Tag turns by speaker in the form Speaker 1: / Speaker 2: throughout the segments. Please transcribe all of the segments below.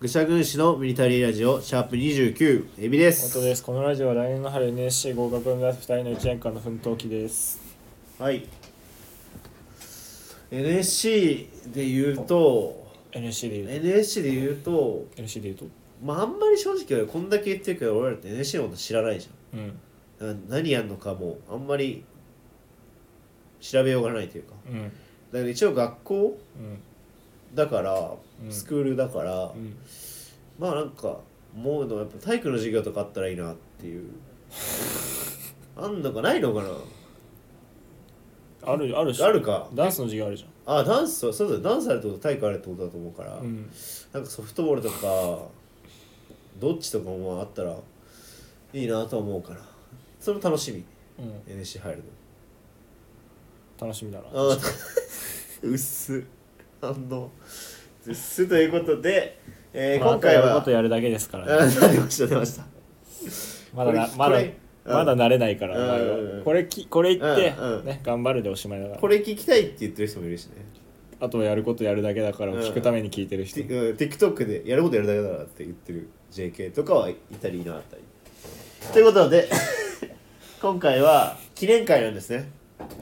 Speaker 1: 愚者軍師のミリタリーラジオシャープ29エビです
Speaker 2: 本当ですこのラジオは来年の春 NSC 合格を目指す2人の1年間の奮闘記です
Speaker 1: はい NSC で言うと
Speaker 2: NSC で言う
Speaker 1: NSC で言うと
Speaker 2: と NSC で言うと
Speaker 1: まああんまり正直俺こんだけ言ってるけど俺らって NSC のこと知らないじ
Speaker 2: うん
Speaker 1: ゃんだから何やんのかもあんまり調べようがないというか
Speaker 2: うんうん
Speaker 1: だから一応学校だから
Speaker 2: うん
Speaker 1: スクールだから、
Speaker 2: うん
Speaker 1: まあなんか思うのはやっぱ体育の授業とかあったらいいなって いうあんのかないのかな
Speaker 2: あるあるし
Speaker 1: あるか
Speaker 2: ダンスの授業あるじ
Speaker 1: あダンスそうそうだダンスあるってこと体育あるってことだと思うから、
Speaker 2: ゃんうん
Speaker 1: なんかソフトボールとかどっちとかもまああったらいいなとは思うからそれも楽しみ
Speaker 2: うん
Speaker 1: NSC 入る
Speaker 2: 楽しみだな
Speaker 1: のあ うっす反応うっすということで、えー
Speaker 2: まあ
Speaker 1: 今回
Speaker 2: あとやる
Speaker 1: は
Speaker 2: ことやるだけですか
Speaker 1: あ
Speaker 2: らね
Speaker 1: 出ました出ました
Speaker 2: まだな
Speaker 1: これ
Speaker 2: まだ
Speaker 1: これ
Speaker 2: まだ慣れないから
Speaker 1: うん
Speaker 2: 我々はこれきこれ言って
Speaker 1: うんうん
Speaker 2: ね頑張るでおしまいだか
Speaker 1: こ
Speaker 2: ら
Speaker 1: れ聞きたいって言ってる人もいるしね
Speaker 2: あとはやることやるだけだから
Speaker 1: うん
Speaker 2: 聞くために聞いてる人
Speaker 1: ティうん TikTok でやることやるだけだからって言ってる JK とかはいたりいなかったりということで 今回は記念会なんですね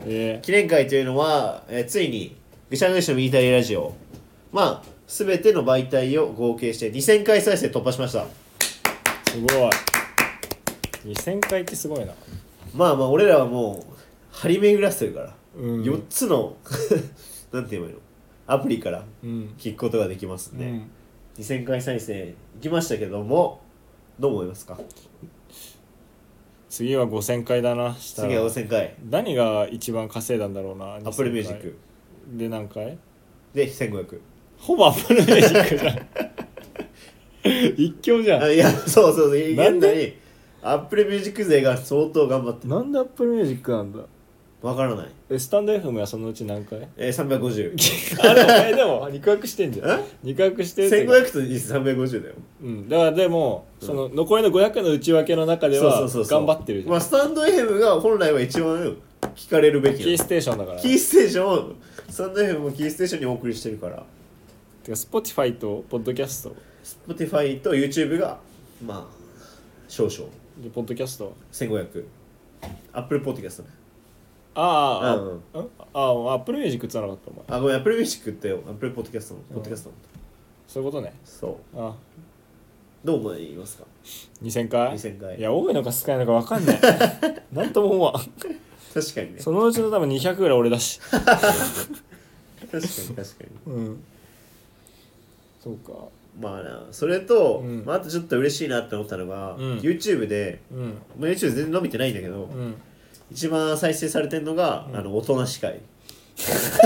Speaker 2: え
Speaker 1: 記念会というのは、えーついにぐしゃぐしゃのミニタリーラジオまあ全ての媒体を合計して2000回再生突破しました
Speaker 2: ーすごい2000回ってすごいな
Speaker 1: まあまあ俺らはもう張り巡らせてるから、
Speaker 2: うん
Speaker 1: 4つの なんて言えばいいのアプリから
Speaker 2: うん
Speaker 1: 聞くことができますん
Speaker 2: う
Speaker 1: で、
Speaker 2: ん
Speaker 1: 2000回再生いきましたけどもどう思いますか
Speaker 2: 次は5000回だなしたら
Speaker 1: 次は5000回
Speaker 2: 何が一番稼いだんだろうなア
Speaker 1: アップルミュージック
Speaker 2: で何回
Speaker 1: で1500
Speaker 2: ほぼアップルミュージックじゃん 一強じゃ
Speaker 1: あ
Speaker 2: ん
Speaker 1: いやそうそうそう現
Speaker 2: なんで
Speaker 1: 代にアップルミュージック勢が相当頑張ってる
Speaker 2: なんでアップルミュージックなんだ
Speaker 1: わからない
Speaker 2: えスタンド FM はそのうち 何回
Speaker 1: えー、
Speaker 2: あれお前でも肉薄してんじゃん
Speaker 1: え
Speaker 2: 肉薄してるってか
Speaker 1: 3501500と2350だよ
Speaker 2: うんだからでもその残りの500の内訳の中では頑張ってるじゃ
Speaker 1: ま
Speaker 2: ん
Speaker 1: あスタンド FM が本来は一番聞かれるべき
Speaker 2: キ
Speaker 1: な
Speaker 2: ーステーションだから
Speaker 1: キーステーションをスタンド FM もキーステーションにお送りしてるから
Speaker 2: てか Spotify と Podcast
Speaker 1: Spotify と YouTube がまあ少々
Speaker 2: で Podcast
Speaker 1: 1500アップルポッドキャストね
Speaker 2: ああああ
Speaker 1: うん
Speaker 2: あああアップルミュージックつながったお前
Speaker 1: あごめんアップルミュージックってアップルポッドキャストのポッドキャストの
Speaker 2: そういうことね
Speaker 1: そう
Speaker 2: あ
Speaker 1: どう思いますか
Speaker 2: 2000回
Speaker 1: 2000回
Speaker 2: いや多いのか少ないのか分か んないなんとも思わん
Speaker 1: 確かにね
Speaker 2: そのうちの多分200ぐらい俺だし
Speaker 1: 確かに確かに
Speaker 2: うんそうか
Speaker 1: まあなそれと、
Speaker 2: うん
Speaker 1: まあ、あとちょっと嬉しいなって思ったのが、
Speaker 2: うん
Speaker 1: YouTube で、
Speaker 2: うん
Speaker 1: まあ、YouTube 全然伸びてないんだけど、
Speaker 2: うん
Speaker 1: 一番再生されてるのが、
Speaker 2: うん
Speaker 1: あのおとなし会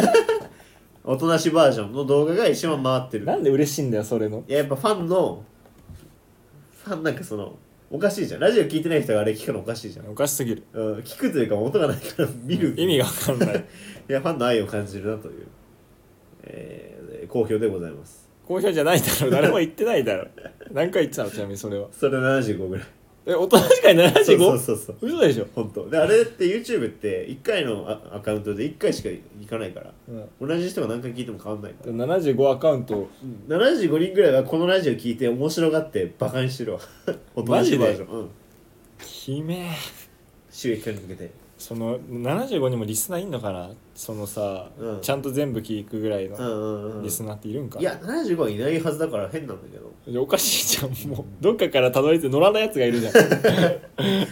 Speaker 1: おとなしバージョンの動画が一番回ってる
Speaker 2: なんで嬉しいんだよそれの
Speaker 1: いややっぱファンのファンなんかそのおかしいじゃんラジオ聞いてない人があれ聞くのおかしいじゃん、
Speaker 2: おかしすぎる
Speaker 1: うん、聞くというか音がないから 見る、
Speaker 2: 意味が分か んない
Speaker 1: いやファンの愛を感じるなという、えー、好評でございます
Speaker 2: 好評じゃないだろ誰も言ってないだ ろ何回言ってたのちなみにそれは
Speaker 1: それ75ぐらい
Speaker 2: え大人しかに 75?
Speaker 1: そうそうそうそう
Speaker 2: 嘘でしょ
Speaker 1: 本当であれって YouTube って1回のアアカウントで1回しかいかないから
Speaker 2: うん
Speaker 1: 同じ人が何回聞いても変わんないから
Speaker 2: 75アカウント
Speaker 1: 75人ぐらいはこのラジオ聞いて面白がってバカにしてるわ おとなしいバージョン、うん、
Speaker 2: ひめえ
Speaker 1: 収益化に向けて
Speaker 2: その75にもリスナーいんのかなそのさ、
Speaker 1: うん
Speaker 2: ちゃんと全部聞くぐらい
Speaker 1: うん
Speaker 2: の
Speaker 1: うんうん
Speaker 2: リスナーっているんか、
Speaker 1: いや75はいないはずだから変なんだけど
Speaker 2: いやおかしいじゃんもうどっかからたどり着いて野良のやつが いるじゃん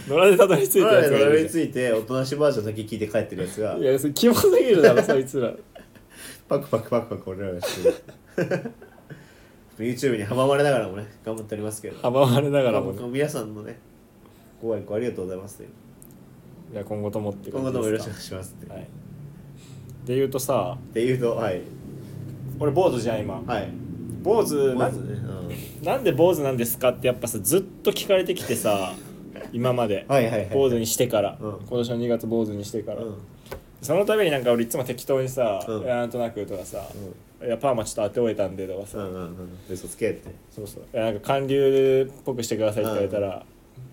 Speaker 2: 野良でたどり着いたやつがい
Speaker 1: たどり
Speaker 2: るじ
Speaker 1: ついておとなしいバージョンだけ聞いて帰ってるやつ
Speaker 2: ゃ
Speaker 1: が
Speaker 2: んいやそれキモすぎるだろそいつら
Speaker 1: パクパクパクパク俺らがしてる YouTube に阻まれながらもね頑張っておりますけど
Speaker 2: 阻まれなが らも、ね、
Speaker 1: 皆さんのねご愛顧ありがとうございますという
Speaker 2: いや今後ともって
Speaker 1: 今後ともよろしくお
Speaker 2: で
Speaker 1: 願いしますって、
Speaker 2: はいで言うとさ
Speaker 1: っていうとはい
Speaker 2: 俺坊主じゃん今
Speaker 1: はい
Speaker 2: 坊主
Speaker 1: ま
Speaker 2: な
Speaker 1: ずね、うん
Speaker 2: なんで坊主なんですかってやっぱさずっと聞かれてきてさ今まで
Speaker 1: はいはいはい
Speaker 2: 坊主にしてから、
Speaker 1: うん
Speaker 2: 今年の2月坊主にしてから、
Speaker 1: うん
Speaker 2: その度になんか俺いつも適当にさ「
Speaker 1: うん
Speaker 2: いやなんとなく」とかさ、いやパーマちょっと当て終えたんで」とかさ、
Speaker 1: うんうんうん嘘つけって
Speaker 2: そうそういやなんか韓流っぽくしてくださいって言われたら、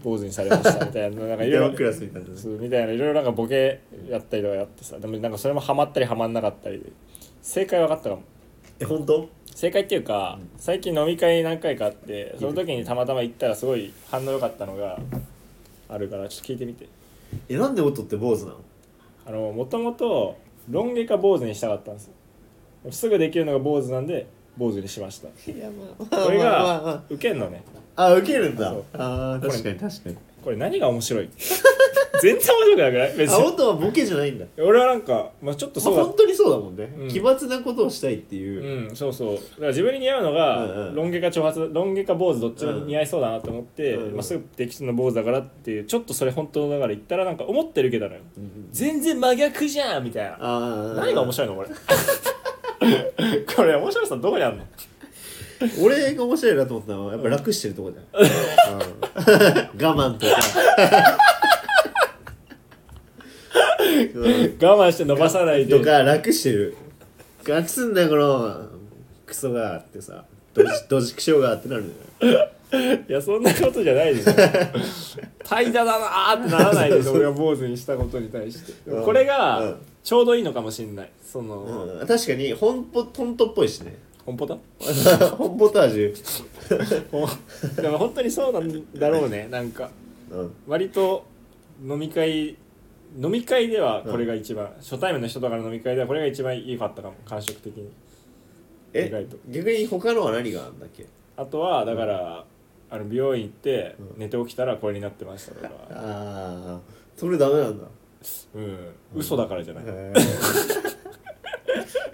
Speaker 2: 坊主にされましたみたいななんかい
Speaker 1: 電
Speaker 2: ろ
Speaker 1: 話
Speaker 2: い
Speaker 1: ク
Speaker 2: ろ
Speaker 1: ラスみたいなね
Speaker 2: そうみたいないろいろなんかボケやったりとかやってさでもなんかそれもハマったりハマんなかったりで正解分かったかも
Speaker 1: え本当
Speaker 2: 正解っていうか最近飲み会何回かあってその時にたまたま行ったらすごい反応良かったのがあるからちょっと聞いてみて
Speaker 1: えなんで音って坊主なの
Speaker 2: あのもともとロン毛か坊主にしたかったんですよすぐできるのが坊主なんで坊主にしま した
Speaker 1: いやま
Speaker 2: これがウケんのね
Speaker 1: ああウケるんだ
Speaker 2: そう
Speaker 1: あー確かに確かに
Speaker 2: これ何が面白い 全然面白くなくない別
Speaker 1: あ
Speaker 2: に
Speaker 1: 音はボケじゃないんだ
Speaker 2: 俺はなんか、まあ、ちょっと
Speaker 1: ま
Speaker 2: そ
Speaker 1: あ
Speaker 2: うだ
Speaker 1: 本当にそうだもんね、
Speaker 2: うん
Speaker 1: 奇抜なことをしたいっていう、
Speaker 2: うんそうそうだから自分に似合うのが、
Speaker 1: うんうん
Speaker 2: ロン毛か長髪ロン毛か坊主どっちも似合いそうだなと思って、
Speaker 1: うんうん
Speaker 2: まあ、すぐできそうな坊主だからっていうちょっとそれ本当だから言ったらなんか思ってるけどなのよ
Speaker 1: うんうん
Speaker 2: 全然真逆じゃんみたいな
Speaker 1: あ
Speaker 2: 何が面
Speaker 1: 白
Speaker 2: 白いのこれ これ面白さどこにあんの
Speaker 1: い俺が面白いなと思ったのはやっぱ楽してるとこじゃん、うん我慢とかうん
Speaker 2: 我慢して伸ばさないで
Speaker 1: とか楽してる楽すんだよこのクソがってさどじどじくしょうがってなるんだよ
Speaker 2: いやそんなことじゃないですよ 怠惰だなーってならないです俺が坊主にしたことに対してでもこれ
Speaker 1: う
Speaker 2: が
Speaker 1: ん
Speaker 2: ちょうどいいのかもしれないその、
Speaker 1: うん、確かに本ポ本当っぽいしね
Speaker 2: 本ポタ
Speaker 1: 本ポタージュ、
Speaker 2: ほんでも本当にそうなんだろうねなんか
Speaker 1: うん、
Speaker 2: 割と飲み会飲み会ではこれが一番、初対面の人とかの飲み会ではこれが一番良かったかも感触的に意
Speaker 1: え
Speaker 2: 外と
Speaker 1: 逆に他のは何があんだっけ
Speaker 2: あとはだから、あの美容院行って
Speaker 1: うん
Speaker 2: 寝て起きたらこれになってましたと か
Speaker 1: ああそれダメなんだ
Speaker 2: うん、嘘だからじゃない、
Speaker 1: へー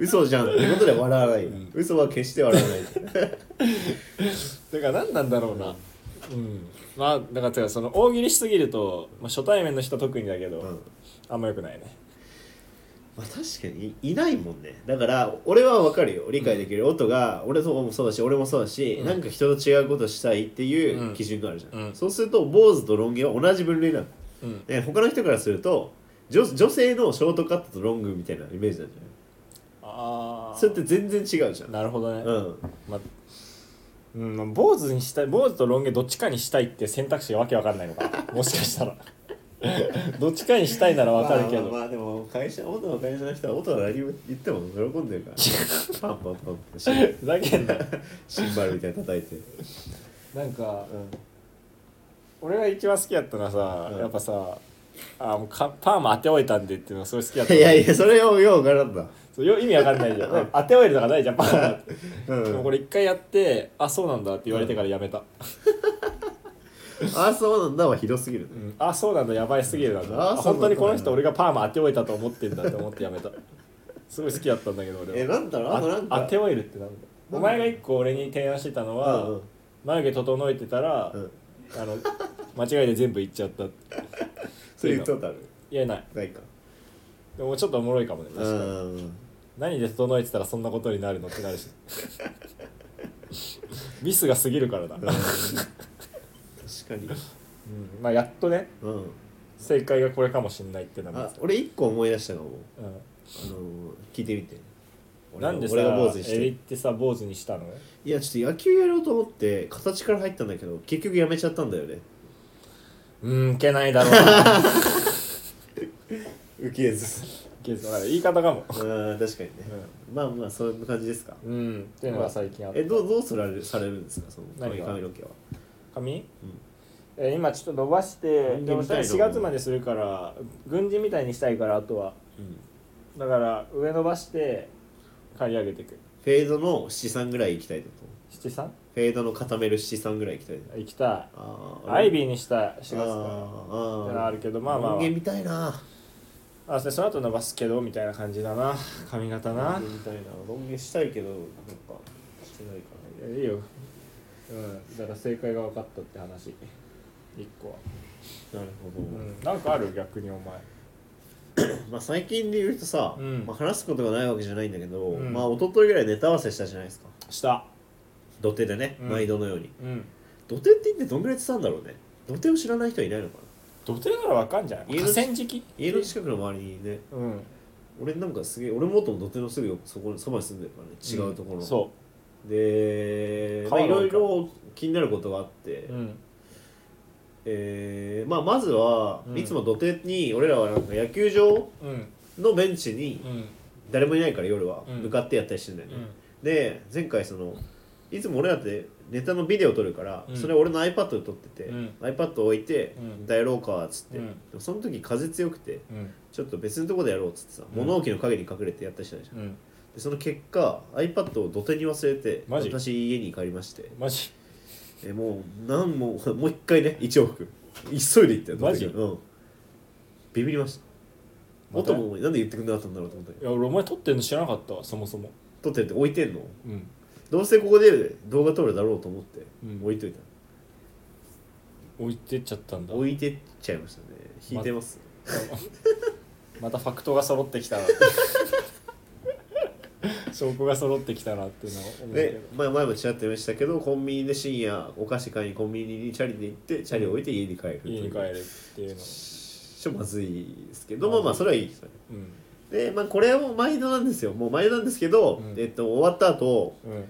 Speaker 1: 嘘じゃんってことで笑わない、
Speaker 2: うん
Speaker 1: 嘘は決して笑わない
Speaker 2: だから何なんだろうなうんまあだからてかその大喜利しすぎると、まあ、初対面の人特にだけど、
Speaker 1: うん
Speaker 2: あんまよくないね
Speaker 1: まあ、確かにいないもんねだから俺は分かるよ理解できる、音が俺とかもそうだし俺もそうだし、
Speaker 2: うん
Speaker 1: なんか人と違うことしたいっていう
Speaker 2: うん
Speaker 1: 基準があるじゃん、
Speaker 2: うん
Speaker 1: そうすると坊主とロン毛は同じ分類なの、
Speaker 2: うん
Speaker 1: ね、他の人からすると女女性のショートカットとロングみたいなイメージなんじゃない
Speaker 2: ああ
Speaker 1: それって全然違うじゃん
Speaker 2: なるほどね、
Speaker 1: うん
Speaker 2: まあうんまあ、坊主にしたい坊主とロン毛どっちかにしたいって選択肢がわけわかんないの かなもしかしたら どっちかにしたいならわかるけど、
Speaker 1: まあ、まあまあでも会社音の会社の人は音は何も言っても喜んでるからパンパンパンパンシン
Speaker 2: ふざけんな
Speaker 1: シンバルみたいな叩いて、
Speaker 2: なんか俺が一番好きやったのはさ、
Speaker 1: うん
Speaker 2: やっぱさあもうかパーマ当て終えたんでっていうのがすごい好きやっ た
Speaker 1: いやいやそれをよう分からんだ
Speaker 2: そうよ意味わかんないじゃん当て終えるとかないじゃんパーマって
Speaker 1: うん
Speaker 2: でもこれ一回やってあそうなんだって言われてからやめた、
Speaker 1: ああそうなんだはひどすぎるね
Speaker 2: うんあそうなんだやばいすぎるな
Speaker 1: うんあ
Speaker 2: あ
Speaker 1: そうな
Speaker 2: 本
Speaker 1: んだ
Speaker 2: 当にこの人俺がパーマ当て終えたと思ってんだって思ってやめたすごい好きだったんだけど俺は
Speaker 1: えなんだろうあとなん
Speaker 2: あ
Speaker 1: か
Speaker 2: 当てオイルってなんだお前が一個俺に提案してたのは、
Speaker 1: うんうん
Speaker 2: 眉毛整えてたら、
Speaker 1: うん
Speaker 2: あの間違いで全部いっちゃった
Speaker 1: それ言ったことある
Speaker 2: 言えない
Speaker 1: ないか
Speaker 2: でもちょっとおもろいかもね
Speaker 1: う
Speaker 2: 確かに
Speaker 1: ん
Speaker 2: 何で整えてたらそんなことになるのってな るしミスが過ぎるからな、うん
Speaker 1: 確かに
Speaker 2: まあやっとね
Speaker 1: うん
Speaker 2: 正解がこれかもしんないってな
Speaker 1: あ
Speaker 2: る、
Speaker 1: 俺一個思い出したかも
Speaker 2: うん
Speaker 1: あのー聞いてみて俺が
Speaker 2: なんでさ
Speaker 1: 俺が坊主にし
Speaker 2: エリっててさ坊主にしたの
Speaker 1: いやちょっと野球やろうと思って形から入ったんだけど結局やめちゃったんだよね
Speaker 2: うんいけないだろう な
Speaker 1: 受けず
Speaker 2: けどだから言い方か
Speaker 1: う
Speaker 2: も
Speaker 1: ん確かにね、まあまあそんな感じですか
Speaker 2: うんっていうのが最近あった
Speaker 1: えどうどうすられるされるんですかその
Speaker 2: 何が
Speaker 1: 髪の毛は
Speaker 2: 髪、えー今ちょっと伸ばして
Speaker 1: 人間
Speaker 2: でも
Speaker 1: みたいな
Speaker 2: 4月までするから軍人みたいにしたいからあとは
Speaker 1: うん
Speaker 2: だから上伸ばして刈り上げていく
Speaker 1: フェードの七三ぐらい行きたいだと
Speaker 2: 七三
Speaker 1: フェードの固める七三ぐらい行きたい
Speaker 2: 行きた
Speaker 1: あ
Speaker 2: いアイ
Speaker 1: ー
Speaker 2: ビーにした4月
Speaker 1: あー
Speaker 2: からっ
Speaker 1: あ
Speaker 2: てのはあるけどまあまあま
Speaker 1: 人間みたいな
Speaker 2: ああそれその後伸ばすけどみたいな感じだな髪型な
Speaker 1: 人間みたいな論言したいけどなんかしてないか
Speaker 2: いやいいよ、うん、だから正解が分かったって話1個は、
Speaker 1: らなるほど、
Speaker 2: うん、なんかある逆にお前
Speaker 1: まあ最近で言うとさ、
Speaker 2: うん
Speaker 1: まあ、話すことがないわけじゃないんだけど、
Speaker 2: うん
Speaker 1: まあ一昨日ぐらいネタ合わせしたじゃないですか
Speaker 2: した
Speaker 1: 土手でね、
Speaker 2: うん
Speaker 1: 毎度のように
Speaker 2: うん
Speaker 1: 土手って言ってどんぐらい伝わるんだろうね土手を知らない人はいないのかな
Speaker 2: 土手なら分かんじゃない
Speaker 1: 家の
Speaker 2: 河川敷
Speaker 1: 家の近くの周りにね
Speaker 2: うん
Speaker 1: 俺なんかすげえ俺もとも土手のすぐ横そこにそばに住んでるからね違うところ、
Speaker 2: そ
Speaker 1: でまあ
Speaker 2: 川
Speaker 1: い
Speaker 2: なん
Speaker 1: ろ
Speaker 2: か
Speaker 1: いろ気になることがあって、
Speaker 2: ううん
Speaker 1: えーまあ、まずは、
Speaker 2: うん
Speaker 1: いつも土手に俺らはなんか野球場
Speaker 2: うん
Speaker 1: のベンチに
Speaker 2: うん
Speaker 1: 誰もいないから夜は
Speaker 2: うん
Speaker 1: 向かってやったりしてんだよね、
Speaker 2: うん
Speaker 1: で前回そのいつも俺らってネタのビデオ撮るから、
Speaker 2: うん
Speaker 1: それ俺の iPad で撮ってて、
Speaker 2: うん
Speaker 1: iPad 置いて
Speaker 2: う
Speaker 1: 「
Speaker 2: ん
Speaker 1: やろうか」っつって、
Speaker 2: うん
Speaker 1: でもその時風強くて
Speaker 2: うん
Speaker 1: ちょっと別のとこでやろうっつってさ、
Speaker 2: うん
Speaker 1: 物置の陰に隠れてやったりしたじゃん、
Speaker 2: うん
Speaker 1: でその結果 iPad を土手に忘れて
Speaker 2: マジ
Speaker 1: 私家に帰りまして
Speaker 2: マジ
Speaker 1: えもうなんもうもう一回ね一往復急いで行ったよ
Speaker 2: マジ
Speaker 1: 土手にうんビビりました
Speaker 2: ま
Speaker 1: 音
Speaker 2: た
Speaker 1: もなんで言ってくれなかったんだろうと思ったけ
Speaker 2: い
Speaker 1: ど
Speaker 2: や俺お前撮ってんの知らなかったわそもそも
Speaker 1: 撮ってるって置いてんの
Speaker 2: うん
Speaker 1: どうせここで動画撮るだろうと思って
Speaker 2: うん
Speaker 1: 置いといた、
Speaker 2: 置いてっちゃったんだ
Speaker 1: 置いてっちゃいましたね引いてます、
Speaker 2: またファクトが揃ってきた な証拠が揃ってきたなっていうのは思うけ
Speaker 1: で前前もちらっと言いましたけどコンビニで深夜お菓子買いにコンビニにチャリで行ってチャリ置いて家に帰る
Speaker 2: ど家に帰
Speaker 1: る
Speaker 2: るっていうの
Speaker 1: ちょっとまずいですけどまあまあそれはいいですよね
Speaker 2: うん
Speaker 1: で、まあ、これはもう毎度なんですよもう毎度なんですけど、
Speaker 2: うん
Speaker 1: えっと、終わった後
Speaker 2: うん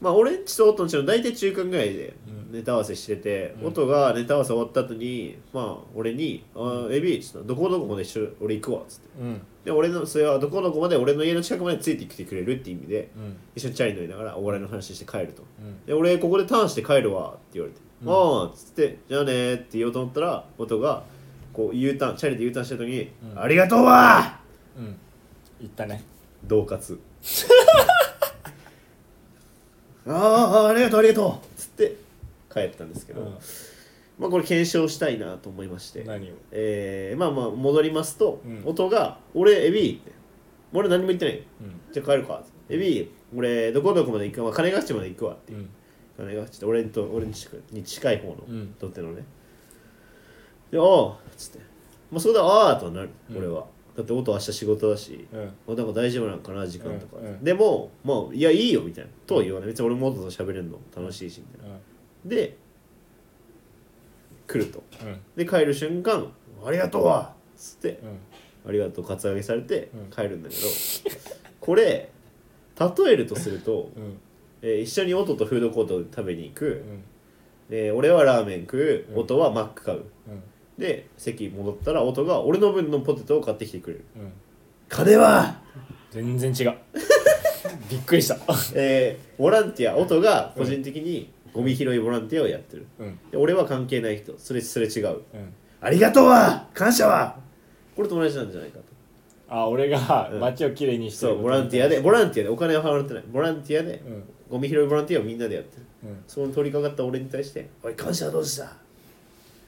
Speaker 1: まあ俺んちと音んちの大体中間ぐらいで
Speaker 2: うん
Speaker 1: ネタ合わせしてて、
Speaker 2: うん
Speaker 1: 音がネタ合わせ終わった後にまあ俺に「あーエビ」っつったらどこどこまで一緒俺行くわ」っつって
Speaker 2: うん
Speaker 1: で俺のそれはどこどこまで俺の家の近くまでついてきてくれるって意味で
Speaker 2: うん
Speaker 1: 一緒にチャリ乗りながらお笑いの話して帰ると
Speaker 2: うん
Speaker 1: で俺ここでターンして帰るわって言われて「
Speaker 2: うん
Speaker 1: ああ」っつって「じゃあね」って言おうと思ったら音がこう U ターンチャリで U ターンした時に「
Speaker 2: うん
Speaker 1: ありがとうわー
Speaker 2: うん行ったね
Speaker 1: 恫喝 ああありがとうありがとうっつって帰ったんですけど、
Speaker 2: う
Speaker 1: まあこれ検証したいなと思いまして
Speaker 2: ん何を
Speaker 1: えー、まあまあ戻りますと、
Speaker 2: うん
Speaker 1: 音が「俺エビ」って俺何も言ってない
Speaker 2: うん
Speaker 1: じゃあ帰るかエビ俺どこどこまで行くわ金ヶ淵まで行くわって
Speaker 2: うん
Speaker 1: 金ヶ淵って俺んと俺に近いに近い方の、
Speaker 2: うん
Speaker 1: とってのねで「ああ」っつってまあそこで「ああ」とはなる、
Speaker 2: うん
Speaker 1: 俺はだって音明日仕事だし
Speaker 2: うん
Speaker 1: まあ、なんか大丈夫なのかな時間とか、
Speaker 2: うんうん
Speaker 1: でもまあいやいいよみたいなとは言わない別に俺も音と喋れるの楽しいしみたいなで来ると
Speaker 2: うん
Speaker 1: で帰る瞬間「ありがとうわ」っつって
Speaker 2: う
Speaker 1: 「
Speaker 2: ん
Speaker 1: ありがとう」カツアゲされて
Speaker 2: うん
Speaker 1: 帰るんだけど、これ例えるとすると、
Speaker 2: うん
Speaker 1: えー一緒に音とフードコート食べに行
Speaker 2: う
Speaker 1: く、
Speaker 2: ん
Speaker 1: で俺はラーメン食
Speaker 2: うん
Speaker 1: う音はマック買う
Speaker 2: うん
Speaker 1: で席戻ったら音が俺の分のポテトを買ってきてくれる
Speaker 2: うん
Speaker 1: 金は
Speaker 2: 全然 違うびっくりした
Speaker 1: えーボランティア音が個人的にゴミ拾いボランティアをやってる
Speaker 2: うん
Speaker 1: で俺は関係ない人それすれ違う
Speaker 2: うん
Speaker 1: ありがとうは感謝はこれ友達なんじゃないかと
Speaker 2: あ俺が街をきれいにして
Speaker 1: そ
Speaker 2: る
Speaker 1: うボランティアでボランティアでお金は払ってないボランティアで
Speaker 2: うん
Speaker 1: ゴミ拾いボランティアをみんなでやってる
Speaker 2: うん
Speaker 1: そこに取り掛かった俺に対して「おい感謝はどうした?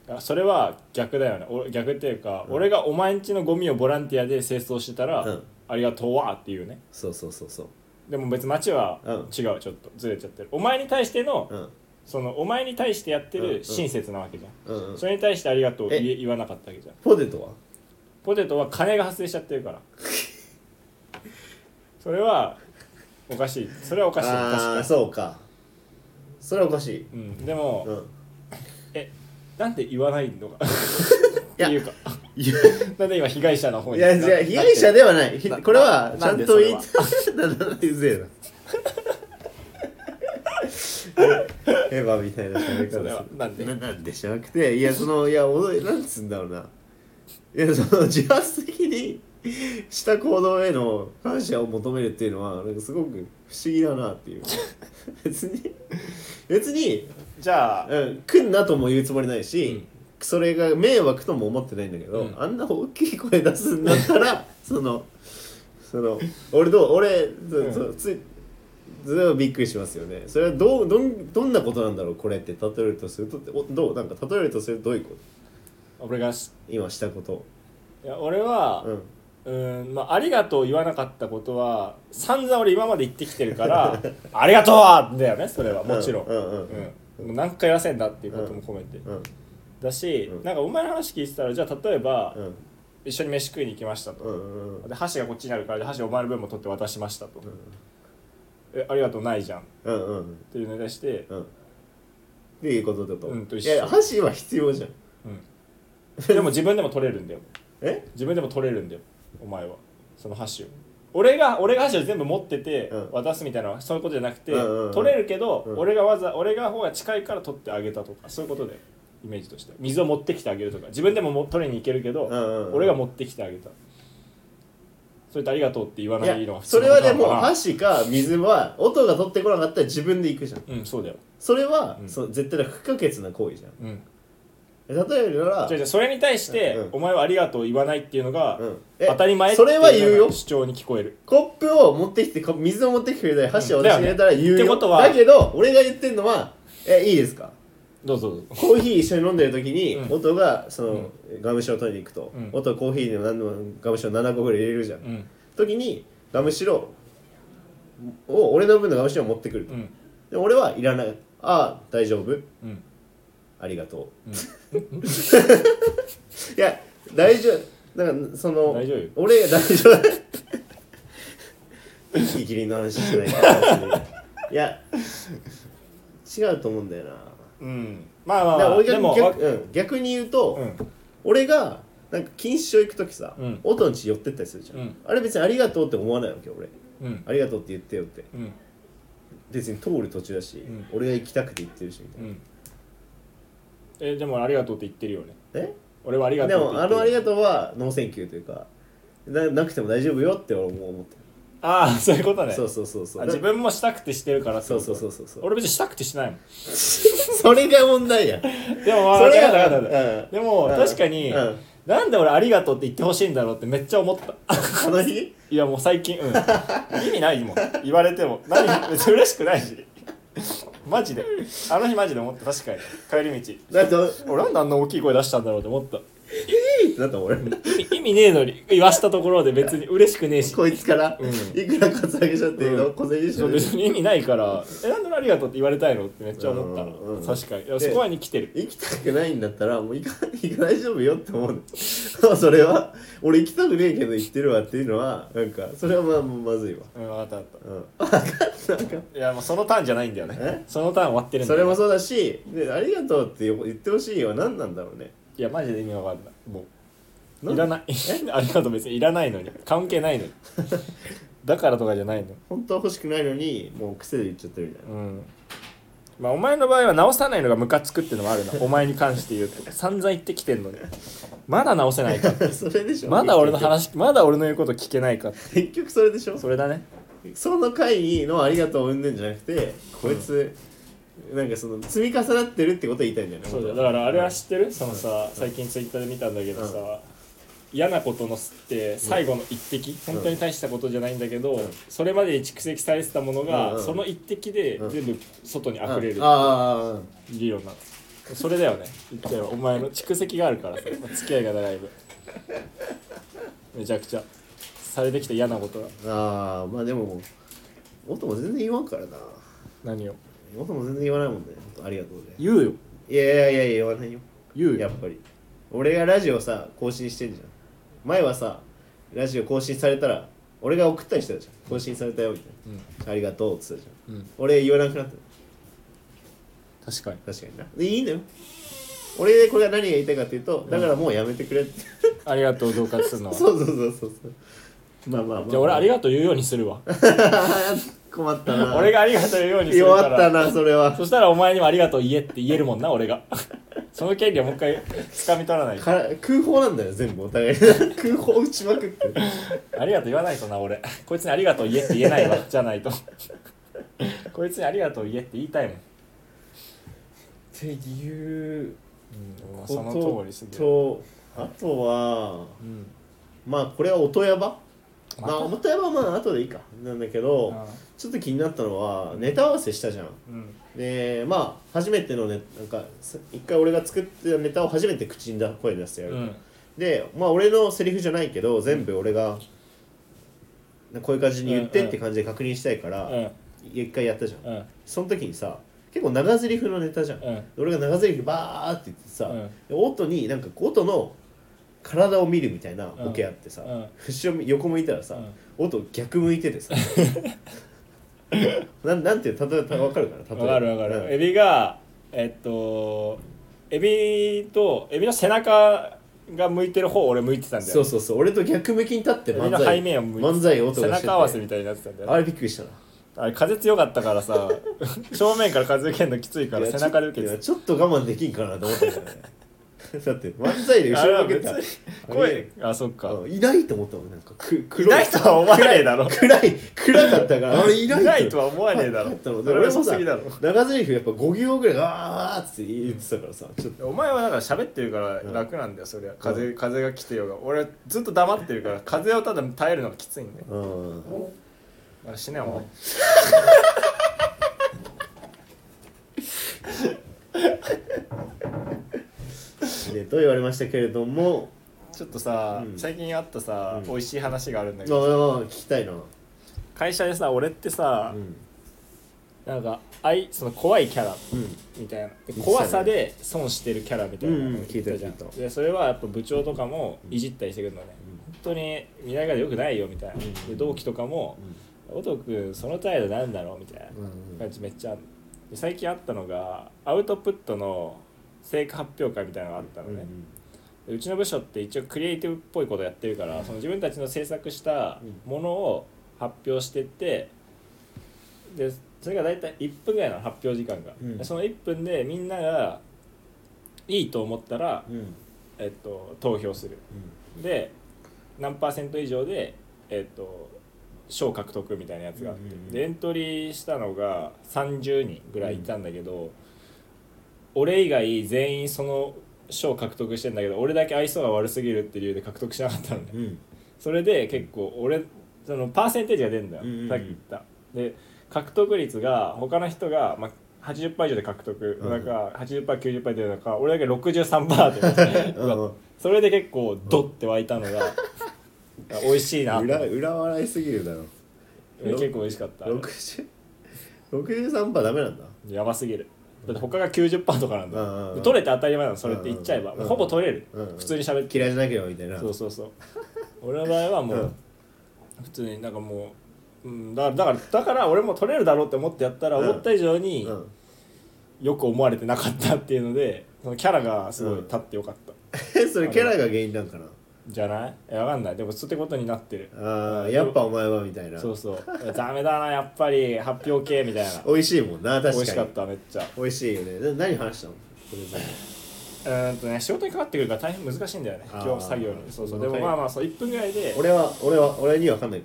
Speaker 2: あそれは逆だよねお逆っていうか、俺がお前んちのゴミをボランティアで清掃してたら「
Speaker 1: うん
Speaker 2: ありがとうわ」っていうね」
Speaker 1: そうそうそうそう
Speaker 2: でも別に街は
Speaker 1: うん
Speaker 2: 違う、ちょっとずれちゃってるお前に対しての、
Speaker 1: うん
Speaker 2: そのお前に対してやって
Speaker 1: うんう
Speaker 2: る
Speaker 1: ん
Speaker 2: 親切なわけじゃん、
Speaker 1: うんうん
Speaker 2: それに対して「ありがとう」
Speaker 1: え
Speaker 2: 言え言わなかったわけじゃん
Speaker 1: ポテトは
Speaker 2: ポテトは金が発生しちゃっ てるからそれはおかしいそれはおかしい確
Speaker 1: あ
Speaker 2: か
Speaker 1: あ
Speaker 2: に
Speaker 1: そうかそれはおかしい、
Speaker 2: うん、でも、
Speaker 1: うん、
Speaker 2: えなんで言わないのかっ
Speaker 1: い
Speaker 2: て
Speaker 1: や
Speaker 2: いうか
Speaker 1: いや
Speaker 2: なんで今被害者の方
Speaker 1: い
Speaker 2: に
Speaker 1: や、じゃあ被害者ではない。ひ
Speaker 2: な
Speaker 1: これは、ち
Speaker 2: な
Speaker 1: ゃ
Speaker 2: なん
Speaker 1: ん
Speaker 2: で
Speaker 1: と
Speaker 2: それ
Speaker 1: 言い
Speaker 2: は
Speaker 1: たななんでうぜえな。エヴァみたいな喋り
Speaker 2: それは
Speaker 1: 方す
Speaker 2: なんで
Speaker 1: るななんでじゃなくていやそのいやおどなんつうんだろうないやその自発的に した行動への感謝を求めるっていうのはなんかすごく不思議だなっていう別に別に、
Speaker 2: じゃあ
Speaker 1: うん、来んなとも言うつもりないし、
Speaker 2: うん
Speaker 1: それが迷惑とも思ってないんだけど、
Speaker 2: うん
Speaker 1: あんな大きい声出すんだった らそのその俺どう俺
Speaker 2: うん
Speaker 1: そそついそれはびっくりしますよねそれはどうどんどんなことなんだろうこれって例えるとするとおどうなんか例えるとするとどういうこと
Speaker 2: 俺がし
Speaker 1: 今したこと
Speaker 2: いや俺は
Speaker 1: うん
Speaker 2: うーんまあありがとう言わなかったことは散々俺今まで言ってきてるから ありがとうだよねそれはもちろん、
Speaker 1: うんうん
Speaker 2: うんもう何回言わせんだっていうことも込めて、
Speaker 1: うん
Speaker 2: だし、
Speaker 1: うん
Speaker 2: なんかお前の話聞いてたらじゃあ例えば、
Speaker 1: うん
Speaker 2: 一緒に飯食いに行きました
Speaker 1: う
Speaker 2: と、
Speaker 1: んうんうん
Speaker 2: で箸がこっちにあるからで箸お前の分も取って渡しましたと、
Speaker 1: ん
Speaker 2: えありがとうないじゃんっ
Speaker 1: うんうん
Speaker 2: ていうのに対して、
Speaker 1: うんっていうことだと、
Speaker 2: うんと
Speaker 1: い
Speaker 2: 一緒
Speaker 1: や箸は必要じゃん
Speaker 2: うん、でも自分でも取れるんだよ
Speaker 1: え
Speaker 2: 自分でも取れるんだよお前はその箸を俺が俺が箸を全部持ってて
Speaker 1: うん
Speaker 2: 渡すみたいなそういうことじゃなくて、
Speaker 1: うんうんうん
Speaker 2: 取れるけど、
Speaker 1: うん
Speaker 2: 俺がわざ俺が方が近いから取ってあげたとかそういうことだよイメージとして水を持ってきてあげるとか自分でもも取りに行けるけど、
Speaker 1: うんうんうん
Speaker 2: 俺が持ってきてあげたそれってありがとうって言わ
Speaker 1: い
Speaker 2: ないのが
Speaker 1: や
Speaker 2: 普
Speaker 1: そ
Speaker 2: 通
Speaker 1: れはで
Speaker 2: の
Speaker 1: も
Speaker 2: ことなのかな
Speaker 1: 箸か水は音が取ってこなかったら自分で行くじゃん
Speaker 2: うんそうだよ
Speaker 1: それは、
Speaker 2: うん
Speaker 1: その絶対な不可欠な行為じゃん
Speaker 2: うん
Speaker 1: 例えるなら
Speaker 2: じゃあじゃあそれに対して、
Speaker 1: うん
Speaker 2: お前はありがとう言わないっていうのが、
Speaker 1: うんえ
Speaker 2: 当たり前って
Speaker 1: それは
Speaker 2: いうの
Speaker 1: 言う
Speaker 2: が
Speaker 1: よ
Speaker 2: 主張に聞こえる
Speaker 1: コップを持ってきてこ水を持ってきてくれたり箸を私に入れたら言うよ、
Speaker 2: だよねってことは
Speaker 1: だけど俺が言ってるのは「えいいですか?」
Speaker 2: どうぞどうぞ
Speaker 1: コーヒー一緒に飲んでる時に、
Speaker 2: うん
Speaker 1: 音がその、ガムシロを取りに行くと、
Speaker 2: うん
Speaker 1: 音コーヒーでも何でもガムシロ7個ぐらい入れるじゃん、
Speaker 2: うん
Speaker 1: 時にガムシロを俺の分のガムシロを持ってくると、
Speaker 2: うん
Speaker 1: で俺はいらないああ大丈夫
Speaker 2: うん
Speaker 1: ありがとう
Speaker 2: うん
Speaker 1: いや大丈夫だからその
Speaker 2: 大丈夫よ
Speaker 1: 俺が大丈夫 いいキリンの話してないからいや違うと 思うんだよな
Speaker 2: うんまあまあ、
Speaker 1: だか
Speaker 2: まあ、
Speaker 1: ら俺
Speaker 2: で
Speaker 1: が
Speaker 2: も
Speaker 1: 逆,、うん、逆に言うと、
Speaker 2: うん
Speaker 1: 俺がなんか錦糸町行く時さ、
Speaker 2: うん
Speaker 1: 音の家寄ってったりするじゃん、
Speaker 2: うん
Speaker 1: あれ別にありがとうって思わないわけよ俺
Speaker 2: うん
Speaker 1: ありがとうって言ってよって
Speaker 2: うん
Speaker 1: 別に通る途中だし、
Speaker 2: ん
Speaker 1: 俺が行きたくて行ってるしみた
Speaker 2: う
Speaker 1: いな、
Speaker 2: んえでもありがとうって言ってるよね
Speaker 1: え
Speaker 2: 俺はありがと
Speaker 1: で
Speaker 2: うって
Speaker 1: も
Speaker 2: 言
Speaker 1: あ
Speaker 2: ってる
Speaker 1: のありがとうはノーセンキューというかななくても大丈夫よって俺も思ってる、
Speaker 2: ああそういうことね
Speaker 1: そうそうそうそう
Speaker 2: あ自分もしたくてしてるからって
Speaker 1: そ
Speaker 2: こ
Speaker 1: う
Speaker 2: と
Speaker 1: そうそうそうそう
Speaker 2: 俺別にしたくてしてないもん
Speaker 1: それが問題や
Speaker 2: で もまあ
Speaker 1: それ
Speaker 2: わ
Speaker 1: が
Speaker 2: かったわかったわかった
Speaker 1: うん
Speaker 2: でも
Speaker 1: うん
Speaker 2: 確かに
Speaker 1: うん
Speaker 2: なんで俺ありがとうって言ってほしいんだろうってめっちゃ思った
Speaker 1: あの日
Speaker 2: いやもう最 近うん意味ないもん言われても何別に嬉しくないしマジであの日マジで思った確かに帰り道
Speaker 1: だって俺
Speaker 2: 俺なんであんな大きい声出したんだろうって思った
Speaker 1: 「えい!」ってなったもん俺
Speaker 2: 意味意味ねえのに言わしたところで別に嬉しくねえし
Speaker 1: こいつから、
Speaker 2: うん
Speaker 1: いくらカツアゲしちゃっていうの、
Speaker 2: うん
Speaker 1: 小銭でし
Speaker 2: そう
Speaker 1: ょ
Speaker 2: 別に意味ないから「えなんで俺ありがとう」って言われたいのってめっちゃ思った
Speaker 1: うんうんうん
Speaker 2: 確かにいや
Speaker 1: で
Speaker 2: そこはに来てる
Speaker 1: 行きたくないんだったらもう行か行か大丈夫よって思うそれは俺行きたくねえけど行ってるわっていうのはなんかそれはまあまずいわ、
Speaker 2: うん分かった分か
Speaker 1: う
Speaker 2: っ
Speaker 1: ん、分かった分かった
Speaker 2: いやもうそのターンじゃないんだよね
Speaker 1: え
Speaker 2: そのターン終わってるんだ
Speaker 1: そ
Speaker 2: よ
Speaker 1: れもそうだしでありがとうって言ってほしいは何なんだろうね
Speaker 2: いやマジで意味わかんないもう
Speaker 1: ない
Speaker 2: らない ありがとう別にいらないのに関係ないのにだからとかじゃないの
Speaker 1: 本当は欲しくないのにもう癖で言っちゃってるみたいな
Speaker 2: うんまあお前の場合は直さないのがムカつくってのもあるなお前に関して言うと散々言ってきてんのにまだ直せないか
Speaker 1: それでしょ
Speaker 2: まだ俺の話まだ俺の言うこと聞けないか
Speaker 1: 結局それでしょ
Speaker 2: それだね
Speaker 1: その回のありがとうを生んでんじゃなくてこいつ、なんかその積み重なってるってことを言いたいんだよね
Speaker 2: そうだよ
Speaker 1: 本当
Speaker 2: だからあれは知ってるそのさ最近ツイッターで見たんだけどさ、
Speaker 1: う
Speaker 2: 嫌なことのすって最後の一滴、
Speaker 1: ん
Speaker 2: 本当に大したことじゃないんだけど、
Speaker 1: ん
Speaker 2: それまでに蓄積されてたもの
Speaker 1: う
Speaker 2: が、
Speaker 1: んうん
Speaker 2: その一滴で
Speaker 1: うん
Speaker 2: 全部外に溢れる
Speaker 1: ああああ
Speaker 2: 理論なんですそれだよね言ったよお前の蓄積があるから さ付き合いが長い分めちゃくちゃされてきた嫌なことが
Speaker 1: ああまあでも音も全然言わんからな
Speaker 2: 何を
Speaker 1: 音も全然言わないもんねありがとうで
Speaker 2: 言うよ
Speaker 1: いやいやいや言わないよ
Speaker 2: 言う
Speaker 1: や
Speaker 2: よ
Speaker 1: っぱり俺がラジオさ更新してんじゃん前はさラジオ更新されたら俺が送ったりしてたじゃん更新されたよみたいな、ありがとうって言ってたじゃん
Speaker 2: うん、うん、
Speaker 1: 俺言わなくなった
Speaker 2: 確かに
Speaker 1: 確かになでいいんだよ俺でこれは何が言いたいかっていうとだからもうやめてくれって、
Speaker 2: ありがとう同活するのは
Speaker 1: そうそうそうそうそうまあまあまあ
Speaker 2: じゃあ俺あり
Speaker 1: が
Speaker 2: がとう言うようにするわ
Speaker 1: 困ったな
Speaker 2: 俺がありがとう言うようにするから
Speaker 1: 弱ったなそれは
Speaker 2: そしたらお前にもありがとう言えって言えるもんな俺が その権利をもう一回掴み取らないと
Speaker 1: から空砲なんだよ全部お互い 空砲打ちまくってる
Speaker 2: ありがとう言わないとな俺こいつにありがとう言えって言 えないわじゃないと こいつにありがとう言えって言いたいもん、
Speaker 1: っていう
Speaker 2: う
Speaker 1: こ
Speaker 2: ん、その通りです
Speaker 1: と
Speaker 2: ね
Speaker 1: とあとは
Speaker 2: うん
Speaker 1: まあこれは音やば
Speaker 2: ま
Speaker 1: ま
Speaker 2: た
Speaker 1: あ音やばはまあ後でいいかなんだけど
Speaker 2: あ
Speaker 1: ちょっと気になったのはネタ合わせしたじゃん
Speaker 2: うん
Speaker 1: でまあ初めてのねなんかす一回俺が作ったネタを初めて口に出声に出してや
Speaker 2: う
Speaker 1: る、
Speaker 2: ん
Speaker 1: でまあ俺のセリフじゃないけど全部俺が、こういう感じに言ってって感じで確認したいから、
Speaker 2: うん
Speaker 1: 一回やったじゃん
Speaker 2: うん
Speaker 1: その時にさ結構長台詞のネタじゃん、
Speaker 2: うん
Speaker 1: 俺が長台詞バーって言ってさ、
Speaker 2: うん
Speaker 1: で音になんか音の体を見るみたいなボケあってさ、
Speaker 2: うん
Speaker 1: 後ろ横向いたらさ、
Speaker 2: うん
Speaker 1: 音逆向いてて さなんなんていう例えば分かるかな例えば
Speaker 2: わかるわかる、エ
Speaker 1: うん
Speaker 2: ビがえっとエビとエビの背中が向いてる方を俺向いてたんだよね
Speaker 1: そうそうそう俺と逆向きに立って
Speaker 2: エビ
Speaker 1: 漫
Speaker 2: の
Speaker 1: 才
Speaker 2: 背面を向いて
Speaker 1: 漫才音がして
Speaker 2: 背
Speaker 1: て
Speaker 2: 中合わせみたいになってたんだよね
Speaker 1: あれびっくりしたな
Speaker 2: あれ風強かったからさ 正面から風受けんのきついから
Speaker 1: いや
Speaker 2: 背中で受け
Speaker 1: ちょ
Speaker 2: て
Speaker 1: ちょっと我慢できんかなと思ったんだよねだって漫才で後ろ向け
Speaker 2: あ
Speaker 1: た
Speaker 2: れは別声あそっか
Speaker 1: うんいないと思ったもんなんかく
Speaker 2: いないとは思わねえだろ
Speaker 1: 暗い暗かったからあれい
Speaker 2: い
Speaker 1: ない
Speaker 2: ないとは思わねえだ
Speaker 1: な
Speaker 2: ろ
Speaker 1: かったので
Speaker 2: 俺
Speaker 1: 俺
Speaker 2: も
Speaker 1: も
Speaker 2: さ
Speaker 1: さ長台詞やっぱ5行ぐらいガーッつって言ってたからさちょっと
Speaker 2: お前はだから喋ってるから楽なんだよそりゃ風,、風が来てようが俺ずっと黙ってるから風をただ耐えるのがきついんだよ
Speaker 1: うん
Speaker 2: だから死ねお前
Speaker 1: でと言われましたけれども
Speaker 2: ちょっとさ、
Speaker 1: うん
Speaker 2: 最近あったさ、
Speaker 1: うん
Speaker 2: 美味しい話があるんだ
Speaker 1: ま
Speaker 2: け
Speaker 1: あ
Speaker 2: ど、
Speaker 1: まあまあ聞きたいなう
Speaker 2: 会社でさ俺ってさ、
Speaker 1: ん
Speaker 2: なんかあいその怖いキャラ
Speaker 1: うん
Speaker 2: みたいなで
Speaker 1: 言ってたね
Speaker 2: 怖さで損してるキャラみたいな
Speaker 1: うんうん
Speaker 2: のを言ったじゃん
Speaker 1: 聞いた聞いた
Speaker 2: でそれはやっぱ部長とかもいじったりしてくるのね、本当に見ながらよくないよみたいな、
Speaker 1: うん
Speaker 2: で同期とかも「音く君その態度なんだろう?」みたいな
Speaker 1: うん
Speaker 2: 感じめっちゃあるで最近あったのがアウトプットの成果発表会みたいなのがあったのね、うちの部署って一応クリエイティブっぽいことやってるからその自分たちの制作したものを発表してってでそれが大体1分ぐらいなの発表時間が、
Speaker 1: うん
Speaker 2: その1分でみんながいいと思ったら、
Speaker 1: うんうん
Speaker 2: えっと、投票するで何パーセント以上で、えっと、賞獲得みたいなやつがあって、
Speaker 1: うんうんうん
Speaker 2: でエントリーしたのが30人ぐらいいたんだけど、俺以外全員その賞獲得してんだけど俺だけ愛想が悪すぎるっていう理由で獲得しなかったのね
Speaker 1: うん
Speaker 2: それで結構俺そのパーセンテージが出るんだよ、
Speaker 1: うんうんうん
Speaker 2: さっき言ったで獲得率が他の人が、まあ、80%以上で獲得、
Speaker 1: うん
Speaker 2: なんか80%90% 出るのか俺だけ63% で、
Speaker 1: うんうん
Speaker 2: それで結構ドッて湧いたのが、 美味しいな
Speaker 1: 裏裏笑いすぎるだろ
Speaker 2: 結構美味しかった
Speaker 1: 60 63%ダメなんだ
Speaker 2: やばすぎるだって他が90%とかなんだよ、
Speaker 1: うんうんうん
Speaker 2: 取れて当たり前なのそれって言っちゃえば、
Speaker 1: うんうんうん
Speaker 2: ほぼ取れる、
Speaker 1: うんうん
Speaker 2: 普通に喋って
Speaker 1: 嫌いじゃなければみたいな
Speaker 2: そうそうそう 俺の場合はもう、
Speaker 1: うん
Speaker 2: 普通になんかもう、うん、だからだからだから俺も取れるだろうって思ってやったら、
Speaker 1: うん
Speaker 2: 思った以上に
Speaker 1: うん
Speaker 2: よく思われてなかったっていうのでそのキャラがすごい立ってよかった、
Speaker 1: え それキャラが原因なんかな
Speaker 2: じゃないえわかんないでもそうってことになってる
Speaker 1: あーやっぱお前はみたいな
Speaker 2: そうそうダメだなやっぱり発表系みたいな
Speaker 1: 美味しいもんな確かに
Speaker 2: 美味しかっためっちゃ
Speaker 1: 美味しいよねな何話した のこれ全
Speaker 2: うーんとね仕事にかかってくるから大変難しいんだよね
Speaker 1: あー
Speaker 2: 今日作業にそうそうで
Speaker 1: わか
Speaker 2: も
Speaker 1: る
Speaker 2: まあまあそう1分ぐらいで
Speaker 1: 部俺は俺は俺には分かんない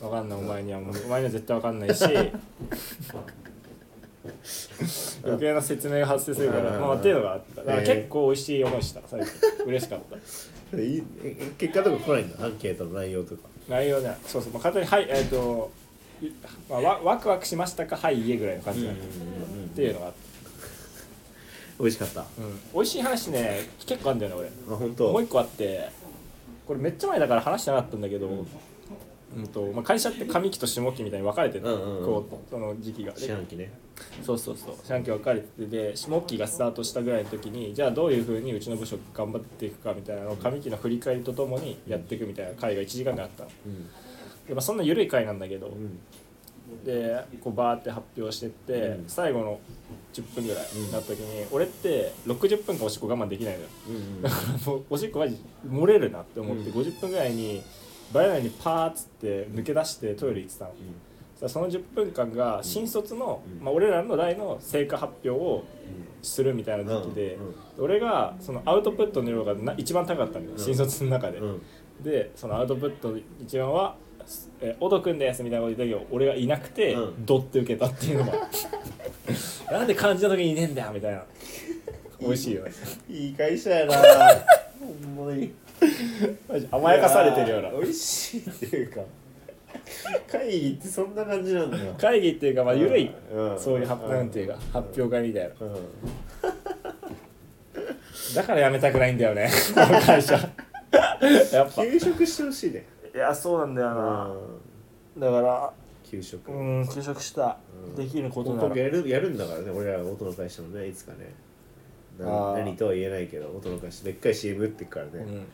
Speaker 2: わかんないお前にはもうお前には絶対わかん ないし余計な説明が発生するから
Speaker 1: うん
Speaker 2: まあっていうのがあっただか
Speaker 1: え
Speaker 2: ら
Speaker 1: ー
Speaker 2: 結構美味しい思いした最近嬉しかった
Speaker 1: いいえ結果とか来ないんだアンケートの内容とか
Speaker 2: 内容ねそうそう、まあ、簡単に「はいえっ、と、いまあ、ワワクワクしましたかはいいえ」ぐらいの感じだったっていうのがあった
Speaker 1: 美味しかったあ
Speaker 2: 美味しい話ね結構あるんだよね俺
Speaker 1: 本
Speaker 2: もう
Speaker 1: 当
Speaker 2: 一個あってこれめっちゃ前だから話してなかったんだけど、うんとまあ、会社って上期と下期みたいに分かれてる、
Speaker 1: うんうんうん
Speaker 2: こうその時期がで
Speaker 1: 四半期ね
Speaker 2: そうそうそう四半期分かれててで下期がスタートしたぐらいの時にじゃあどういうふうにうちの部署頑張っていくかみたいなのを上期の振り返りとともにやっていくみたいな会が1時間があったの
Speaker 1: うん
Speaker 2: で、まあ、そんな緩い会なんだけど、
Speaker 1: うん
Speaker 2: でこうバーって発表してって、
Speaker 1: うん
Speaker 2: 最後の10分ぐらいになった時に、俺って60分間おしっこ我慢できないのよ
Speaker 1: うん
Speaker 2: だからもう おしっこマジ漏れるなって思って、
Speaker 1: うん
Speaker 2: 50分ぐらいにバレないようにパーッつって抜け出してトイレ行ってたの、さその10分間が新卒の、
Speaker 1: うん
Speaker 2: まあ、俺らの代の成果発表をするみたいな時期で、
Speaker 1: うんうん
Speaker 2: 俺がそのアウトプットの量がな一番高かったんだよ、
Speaker 1: うん
Speaker 2: 新卒の中で、
Speaker 1: うん
Speaker 2: でそのアウトプット一番は「えオドくんです」みたいなこと言ったけど俺がいなくて、
Speaker 1: うん
Speaker 2: ドって受けたっていうの がなんで漢字の時にいねえんだよみたいな美味しいよね
Speaker 1: いい会社やなほんまに
Speaker 2: マジ甘やかされてるような
Speaker 1: やー美味しいっていうか会議ってそんな感じなんだよ
Speaker 2: 会議っていうかまあ緩い、
Speaker 1: うん
Speaker 2: そういう発
Speaker 1: うん
Speaker 2: なんていうか発表会みたいな
Speaker 1: うん
Speaker 2: だから辞めたくないんだよねこの 会社やっぱい
Speaker 1: 給食してほしいね
Speaker 2: やそうなんだよ
Speaker 1: うん
Speaker 2: だから
Speaker 1: 給食
Speaker 2: うん就職した、
Speaker 1: うん
Speaker 2: できることな
Speaker 1: 今
Speaker 2: ら
Speaker 1: 後やるやるんだからね俺ら音の会社もねいつかねな
Speaker 2: あー
Speaker 1: 何とは言えないけど音の会社でっかい CM 打ってくからね、
Speaker 2: うん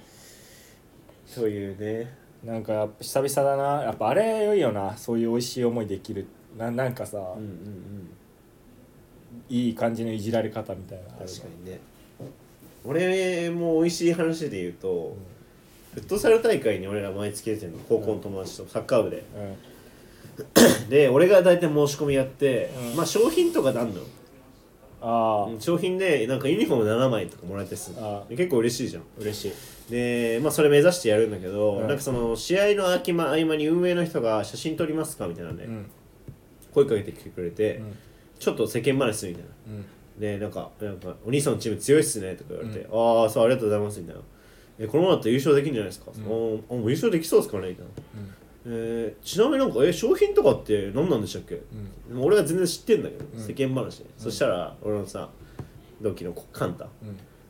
Speaker 1: そういうね
Speaker 2: なんかやっぱ久々だなやっぱあれ良いよなそういう美味しい思いできるななんかさ、
Speaker 1: うんうんうん
Speaker 2: いい感じのいじられ方みたいな
Speaker 1: 確かにね俺も美味しい話で言うと、フットサル大会に俺ら毎月出てるの高校の友達とサッカー部で、
Speaker 2: に、うん、
Speaker 1: で俺が大体申し込みやって、
Speaker 2: うん
Speaker 1: まあ商品とかであんのよ
Speaker 2: あ
Speaker 1: うん商品でなんかユニフォーム7枚とかもらえたりする
Speaker 2: あ
Speaker 1: で結構嬉しいじゃん
Speaker 2: あ嬉しい
Speaker 1: でまあそれ目指してやるんだけど、
Speaker 2: うん
Speaker 1: なんかその試合の合間合間に運営の人が「写真撮りますか?」みたいなんで、
Speaker 2: うん
Speaker 1: 声かけてきてくれて、
Speaker 2: うん
Speaker 1: ちょっと世間話するみたいな
Speaker 2: うん
Speaker 1: でなんかなんか「お兄さんのチーム強いっすね」とか言われて「ああそうありがとうございます」みたいな「えこのままだと優勝できるんじゃないですか
Speaker 2: うん
Speaker 1: おーあもう優勝できそうですかね」みたいな、えーちなみになんか「え商品とかって何なんでしたっけ?」
Speaker 2: うん
Speaker 1: 俺は全然知ってんだけど、
Speaker 2: うん
Speaker 1: 世間話で、そしたら俺のさ同期のこカンタ、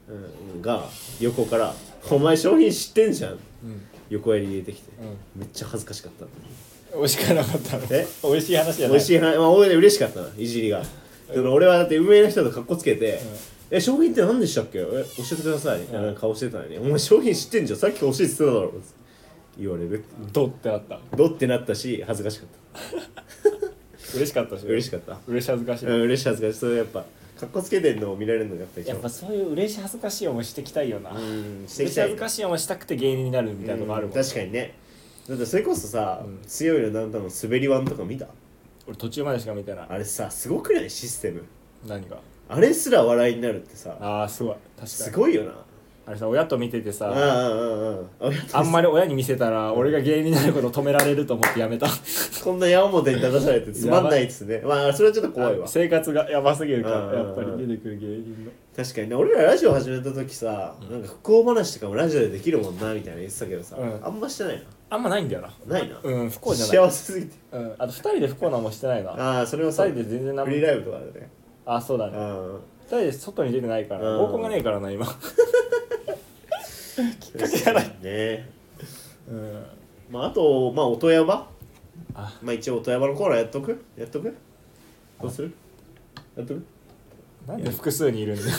Speaker 2: うん
Speaker 1: うん、が横から「お前商品知ってんじゃん」
Speaker 2: うん
Speaker 1: 横襟入れてきて、
Speaker 2: うん
Speaker 1: めっちゃ恥ずかしかった
Speaker 2: 美味しくなかったの
Speaker 1: え
Speaker 2: 美味しい話じゃな
Speaker 1: 美
Speaker 2: い
Speaker 1: 味し
Speaker 2: い
Speaker 1: い話、まあ、俺嬉しかったないじりがその俺はだって運営の人とかっこつけて「え商品って何でしたっけえ教えてください」みたいな顔してたのに「お前商品知ってんじゃんさっき欲しいっつってただろ」言われる
Speaker 2: ドってなった
Speaker 1: どってなったし恥ずかしかっ
Speaker 2: 嬉しかったした
Speaker 1: 嬉しかった
Speaker 2: 嬉し恥ずかしい、
Speaker 1: うん嬉しい恥ずかしいそれやっぱかっこつけてんのを見られるのがやっぱり
Speaker 2: やっぱそういう嬉し恥ずかしい思いしてきたいよな、
Speaker 1: うんして
Speaker 2: 嬉
Speaker 1: き
Speaker 2: した恥
Speaker 1: い
Speaker 2: ずかしい思いしたくて芸人になるみたいなとこあるもん、
Speaker 1: うん確かにねだってそれこそさ、
Speaker 2: うん
Speaker 1: 強いのダウンタウンの滑りワンとか見た
Speaker 2: 俺途中までしか見てない
Speaker 1: あれさすごくないシステム
Speaker 2: 何が
Speaker 1: あれすら笑いになるってさ
Speaker 2: ああすごい確かに
Speaker 1: すごいよな
Speaker 2: あれさ親と見てて
Speaker 1: あ
Speaker 2: さ
Speaker 1: あうんうんうん
Speaker 2: あんまり親に見せたら俺が芸人になることを止められると思ってやめた
Speaker 1: こんな矢面に立たされてつまんないっすねまあそれはちょっと怖いわ
Speaker 2: 生活がやばすぎるから
Speaker 1: うん
Speaker 2: やっぱり出てくる芸人の
Speaker 1: 確かにね俺らラジオ始めた時さ、なんか不幸話とかもラジオでできるもんなみたいな言ってたけどさ、
Speaker 2: うん
Speaker 1: あんましてない
Speaker 2: あんまないんだよな
Speaker 1: なないな、
Speaker 2: うん不幸じゃない
Speaker 1: 幸せすぎて
Speaker 2: うん、あと2人で不幸なもんしてないな
Speaker 1: ああそれは
Speaker 2: 2
Speaker 1: さ
Speaker 2: 人で全然何
Speaker 1: フ
Speaker 2: も
Speaker 1: リーライブとかだね
Speaker 2: あそうだね
Speaker 1: うん
Speaker 2: 2人で外に出てないから
Speaker 1: うん
Speaker 2: 合コンがねえからな今
Speaker 1: きっかけないね
Speaker 2: うん
Speaker 1: まああとまあ音山
Speaker 2: あ
Speaker 1: まあ一応音山のコーナーやっとくやっとくどうするやっとく
Speaker 2: なんで複数にいるんだ よ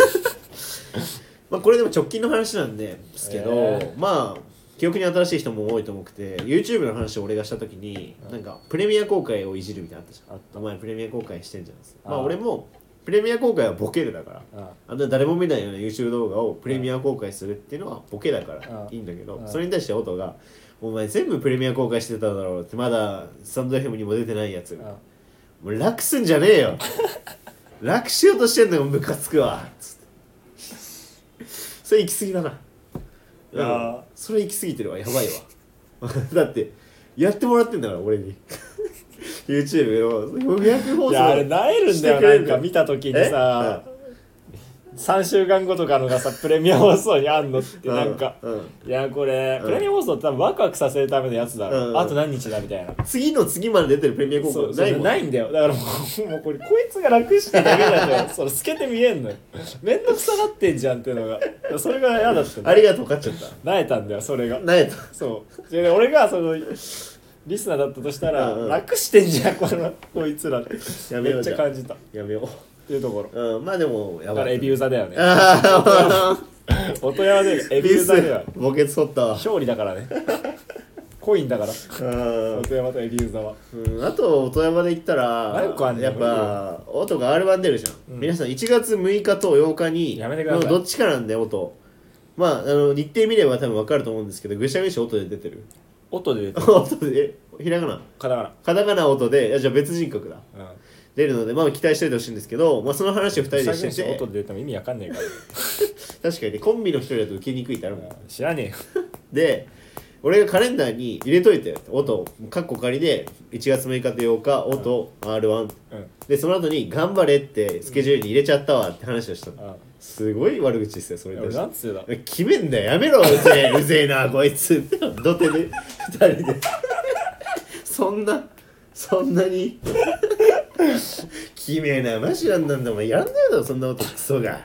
Speaker 1: まあこれでも直近の話なんですけど、
Speaker 2: え
Speaker 1: まあ記憶に新しい人も多いと思くて YouTube の話を俺がした時に、なんかプレミア公開をいじるみたいなのあったじゃん
Speaker 2: あっ
Speaker 1: お前プレミア公開してんじゃんま
Speaker 2: あ
Speaker 1: あ
Speaker 2: あ
Speaker 1: 俺もプレミア公開はボケるだから
Speaker 2: あ
Speaker 1: あんな誰も見ないような YouTube 動画をプレミア公開するっていうのはボケだか
Speaker 2: あ
Speaker 1: ら
Speaker 2: あ
Speaker 1: いいんだけど
Speaker 2: ああ
Speaker 1: それに対して音が「お前全部プレミア公開してただろう」ってまだスタンド FM にも出てないやつ
Speaker 2: あ
Speaker 1: もう楽すんじゃねえよ 楽しようとしてんのよムカつくわつってそれ行き過ぎだない
Speaker 2: やー
Speaker 1: うんそれ行き過ぎてるわやばいわ だってやってもらってんだから俺に YouTube を400放
Speaker 2: いやあれ
Speaker 1: 送
Speaker 2: なえるんだ
Speaker 1: してくれ
Speaker 2: よな
Speaker 1: る
Speaker 2: ん
Speaker 1: から
Speaker 2: か見た時にさ3週間後とかのがさプレミア放送にあんのって
Speaker 1: うん
Speaker 2: なんか
Speaker 1: うん
Speaker 2: いやこれ
Speaker 1: うん
Speaker 2: プレミア放送って多分ワクワクさせるためのやつだ
Speaker 1: うん
Speaker 2: ろあと何日だみたいな
Speaker 1: 次の次まで出てるプレミア公
Speaker 2: そう
Speaker 1: 開
Speaker 2: そ
Speaker 1: ないも
Speaker 2: うない
Speaker 1: ん
Speaker 2: んだよだからもう もうこれこいつが楽してるだけなん だよその透けて見えんのよめんどくさがってんじゃんっていうのがそれが嫌だったんだ
Speaker 1: ありがとうかっちゃった
Speaker 2: なえたんだよそれが
Speaker 1: なえた
Speaker 2: そうで俺がそのリスナーだったとしたら、
Speaker 1: うんうん
Speaker 2: 楽してんじゃんこのこいつらって
Speaker 1: やめ
Speaker 2: め
Speaker 1: よ
Speaker 2: っ
Speaker 1: う
Speaker 2: ち
Speaker 1: じ
Speaker 2: ゃ
Speaker 1: ゃ
Speaker 2: 感
Speaker 1: あ
Speaker 2: じたっ
Speaker 1: やめよ
Speaker 2: ていうところ
Speaker 1: ううんまあでもや
Speaker 2: だか
Speaker 1: ば
Speaker 2: ら
Speaker 1: い
Speaker 2: エビウザだよね
Speaker 1: ああ
Speaker 2: 音山でエビ ウザでは
Speaker 1: ボケ取 ったわ
Speaker 2: 勝利だからねコインだから
Speaker 1: うん
Speaker 2: 音山とエビウザは
Speaker 1: うん、あと富山で行ったら
Speaker 2: 何個あんの
Speaker 1: やっぱ音が R1 出るじゃん、
Speaker 2: うん
Speaker 1: 皆さん1月6日と8日に
Speaker 2: やめてください
Speaker 1: のどっちかなんで音まああの日程見れば多分分かると思うんですけどぐしゃぐしゃ音で出てる
Speaker 2: 音で出てる
Speaker 1: 音でえひらがな
Speaker 2: カタカ
Speaker 1: カタカナ音でいやじゃあ別人格だ
Speaker 2: ナうん
Speaker 1: 出るのでまあ期待しておいてほしいんですけど、まあ、その話を2人で
Speaker 2: 最
Speaker 1: して
Speaker 2: 近
Speaker 1: て
Speaker 2: 音で出ても意味わかんねえか
Speaker 1: 確かにねコンビの1人だと受けにくいってあるもん
Speaker 2: ら知らねえよ
Speaker 1: で俺がカレンダーに入れといて音カッコ仮で1月6日と8日音 R1
Speaker 2: うん
Speaker 1: でその後に「頑張れ」ってスケジュールに入れちゃったわって話をしたの、
Speaker 2: あ
Speaker 1: すごい悪口ですよそれ
Speaker 2: 俺
Speaker 1: で
Speaker 2: なんつうだ
Speaker 1: 決めんだよやめろうぜ えうぜえなこいつって土手で2人でそんなそんなに決めえなマジなんなんだお前やんないだろそんなことクソが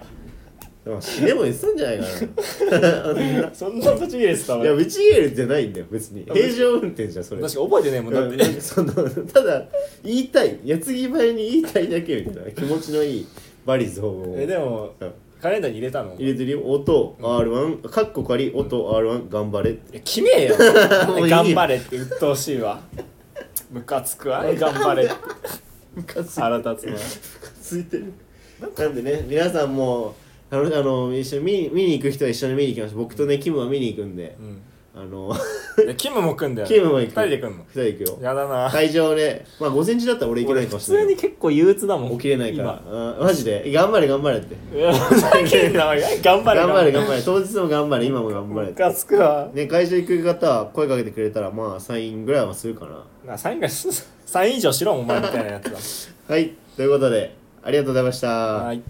Speaker 1: でも死ねも言ってたんじゃ ないかな
Speaker 2: そんな土地ですか
Speaker 1: いや
Speaker 2: 確か
Speaker 1: ブチギレじゃないんだよ別に平常運転じゃんそれ
Speaker 2: 覚えてねえもんだっ
Speaker 1: う
Speaker 2: て
Speaker 1: んなんか そのただ言いたい矢継ぎ早に言いたいだけみたいな気持ちのいいバリ雑言を
Speaker 2: えでも
Speaker 1: うん
Speaker 2: カレンダーに入れたのお前
Speaker 1: 入れてるよ音 R1 かっこ仮音 R1 頑張れって
Speaker 2: いや決めえよ
Speaker 1: もういいよ
Speaker 2: 頑張れって鬱陶しいわムカ つくわ頑張れって
Speaker 1: ムカつい
Speaker 2: 腹立つ
Speaker 1: ついてるなんでね皆さんもあのあの一緒に見に見に行く人は一緒に見に行きましょう僕とねキムは見に行くんで
Speaker 2: な、うん、
Speaker 1: あの
Speaker 2: いやキムも来んだよ、ね、
Speaker 1: キムも行く
Speaker 2: 2人で来んの
Speaker 1: 二人行くよ
Speaker 2: やだな
Speaker 1: 会場でまあ午前中だったら俺行けないかもしれ
Speaker 2: 俺
Speaker 1: な
Speaker 2: 普
Speaker 1: い
Speaker 2: 通に結構憂鬱だもん
Speaker 1: 起きれないからあマジで頑張れ頑張れって
Speaker 2: 今いやふざけんなお い頑張れ
Speaker 1: 頑張れ頑張れ当日も頑張れ今も頑張れっ
Speaker 2: ム
Speaker 1: て
Speaker 2: カつくわ
Speaker 1: ね会場行く方は声かけてくれたらまあサインぐらいはするかな
Speaker 2: な サインがサイン以上しろお前みたいなやつ
Speaker 1: はいということでありがとうございました
Speaker 2: だはい